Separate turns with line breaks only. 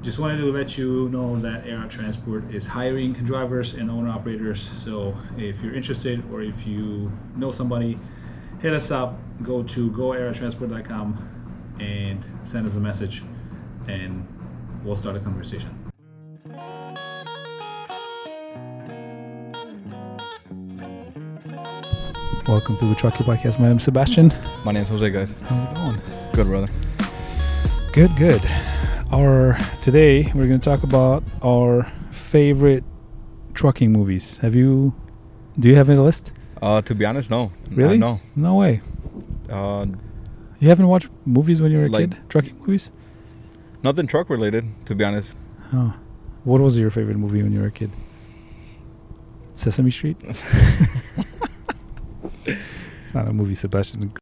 Just wanted to let you know that Air Transport is hiring drivers and owner operators. So if you're interested or if you know somebody, hit us up. Go to goaerotransport.com and send us a message, and we'll start a conversation. Welcome to the Truckee Podcast. My name's Sebastian.
My name's Jose, guys.
How's it going?
Good, brother.
Good, good. Our today we're going to talk about our favorite trucking movies. Have you? Do you have a list?
Uh, to be honest, no.
Really?
Uh, no.
No way.
Uh,
You haven't watched movies when you were a
Like-
kid? Trucking movies?
nothing truck related, to be honest.
Oh. What was your favorite movie when you were a kid? Sesame Street? It's not a movie, Sebastian.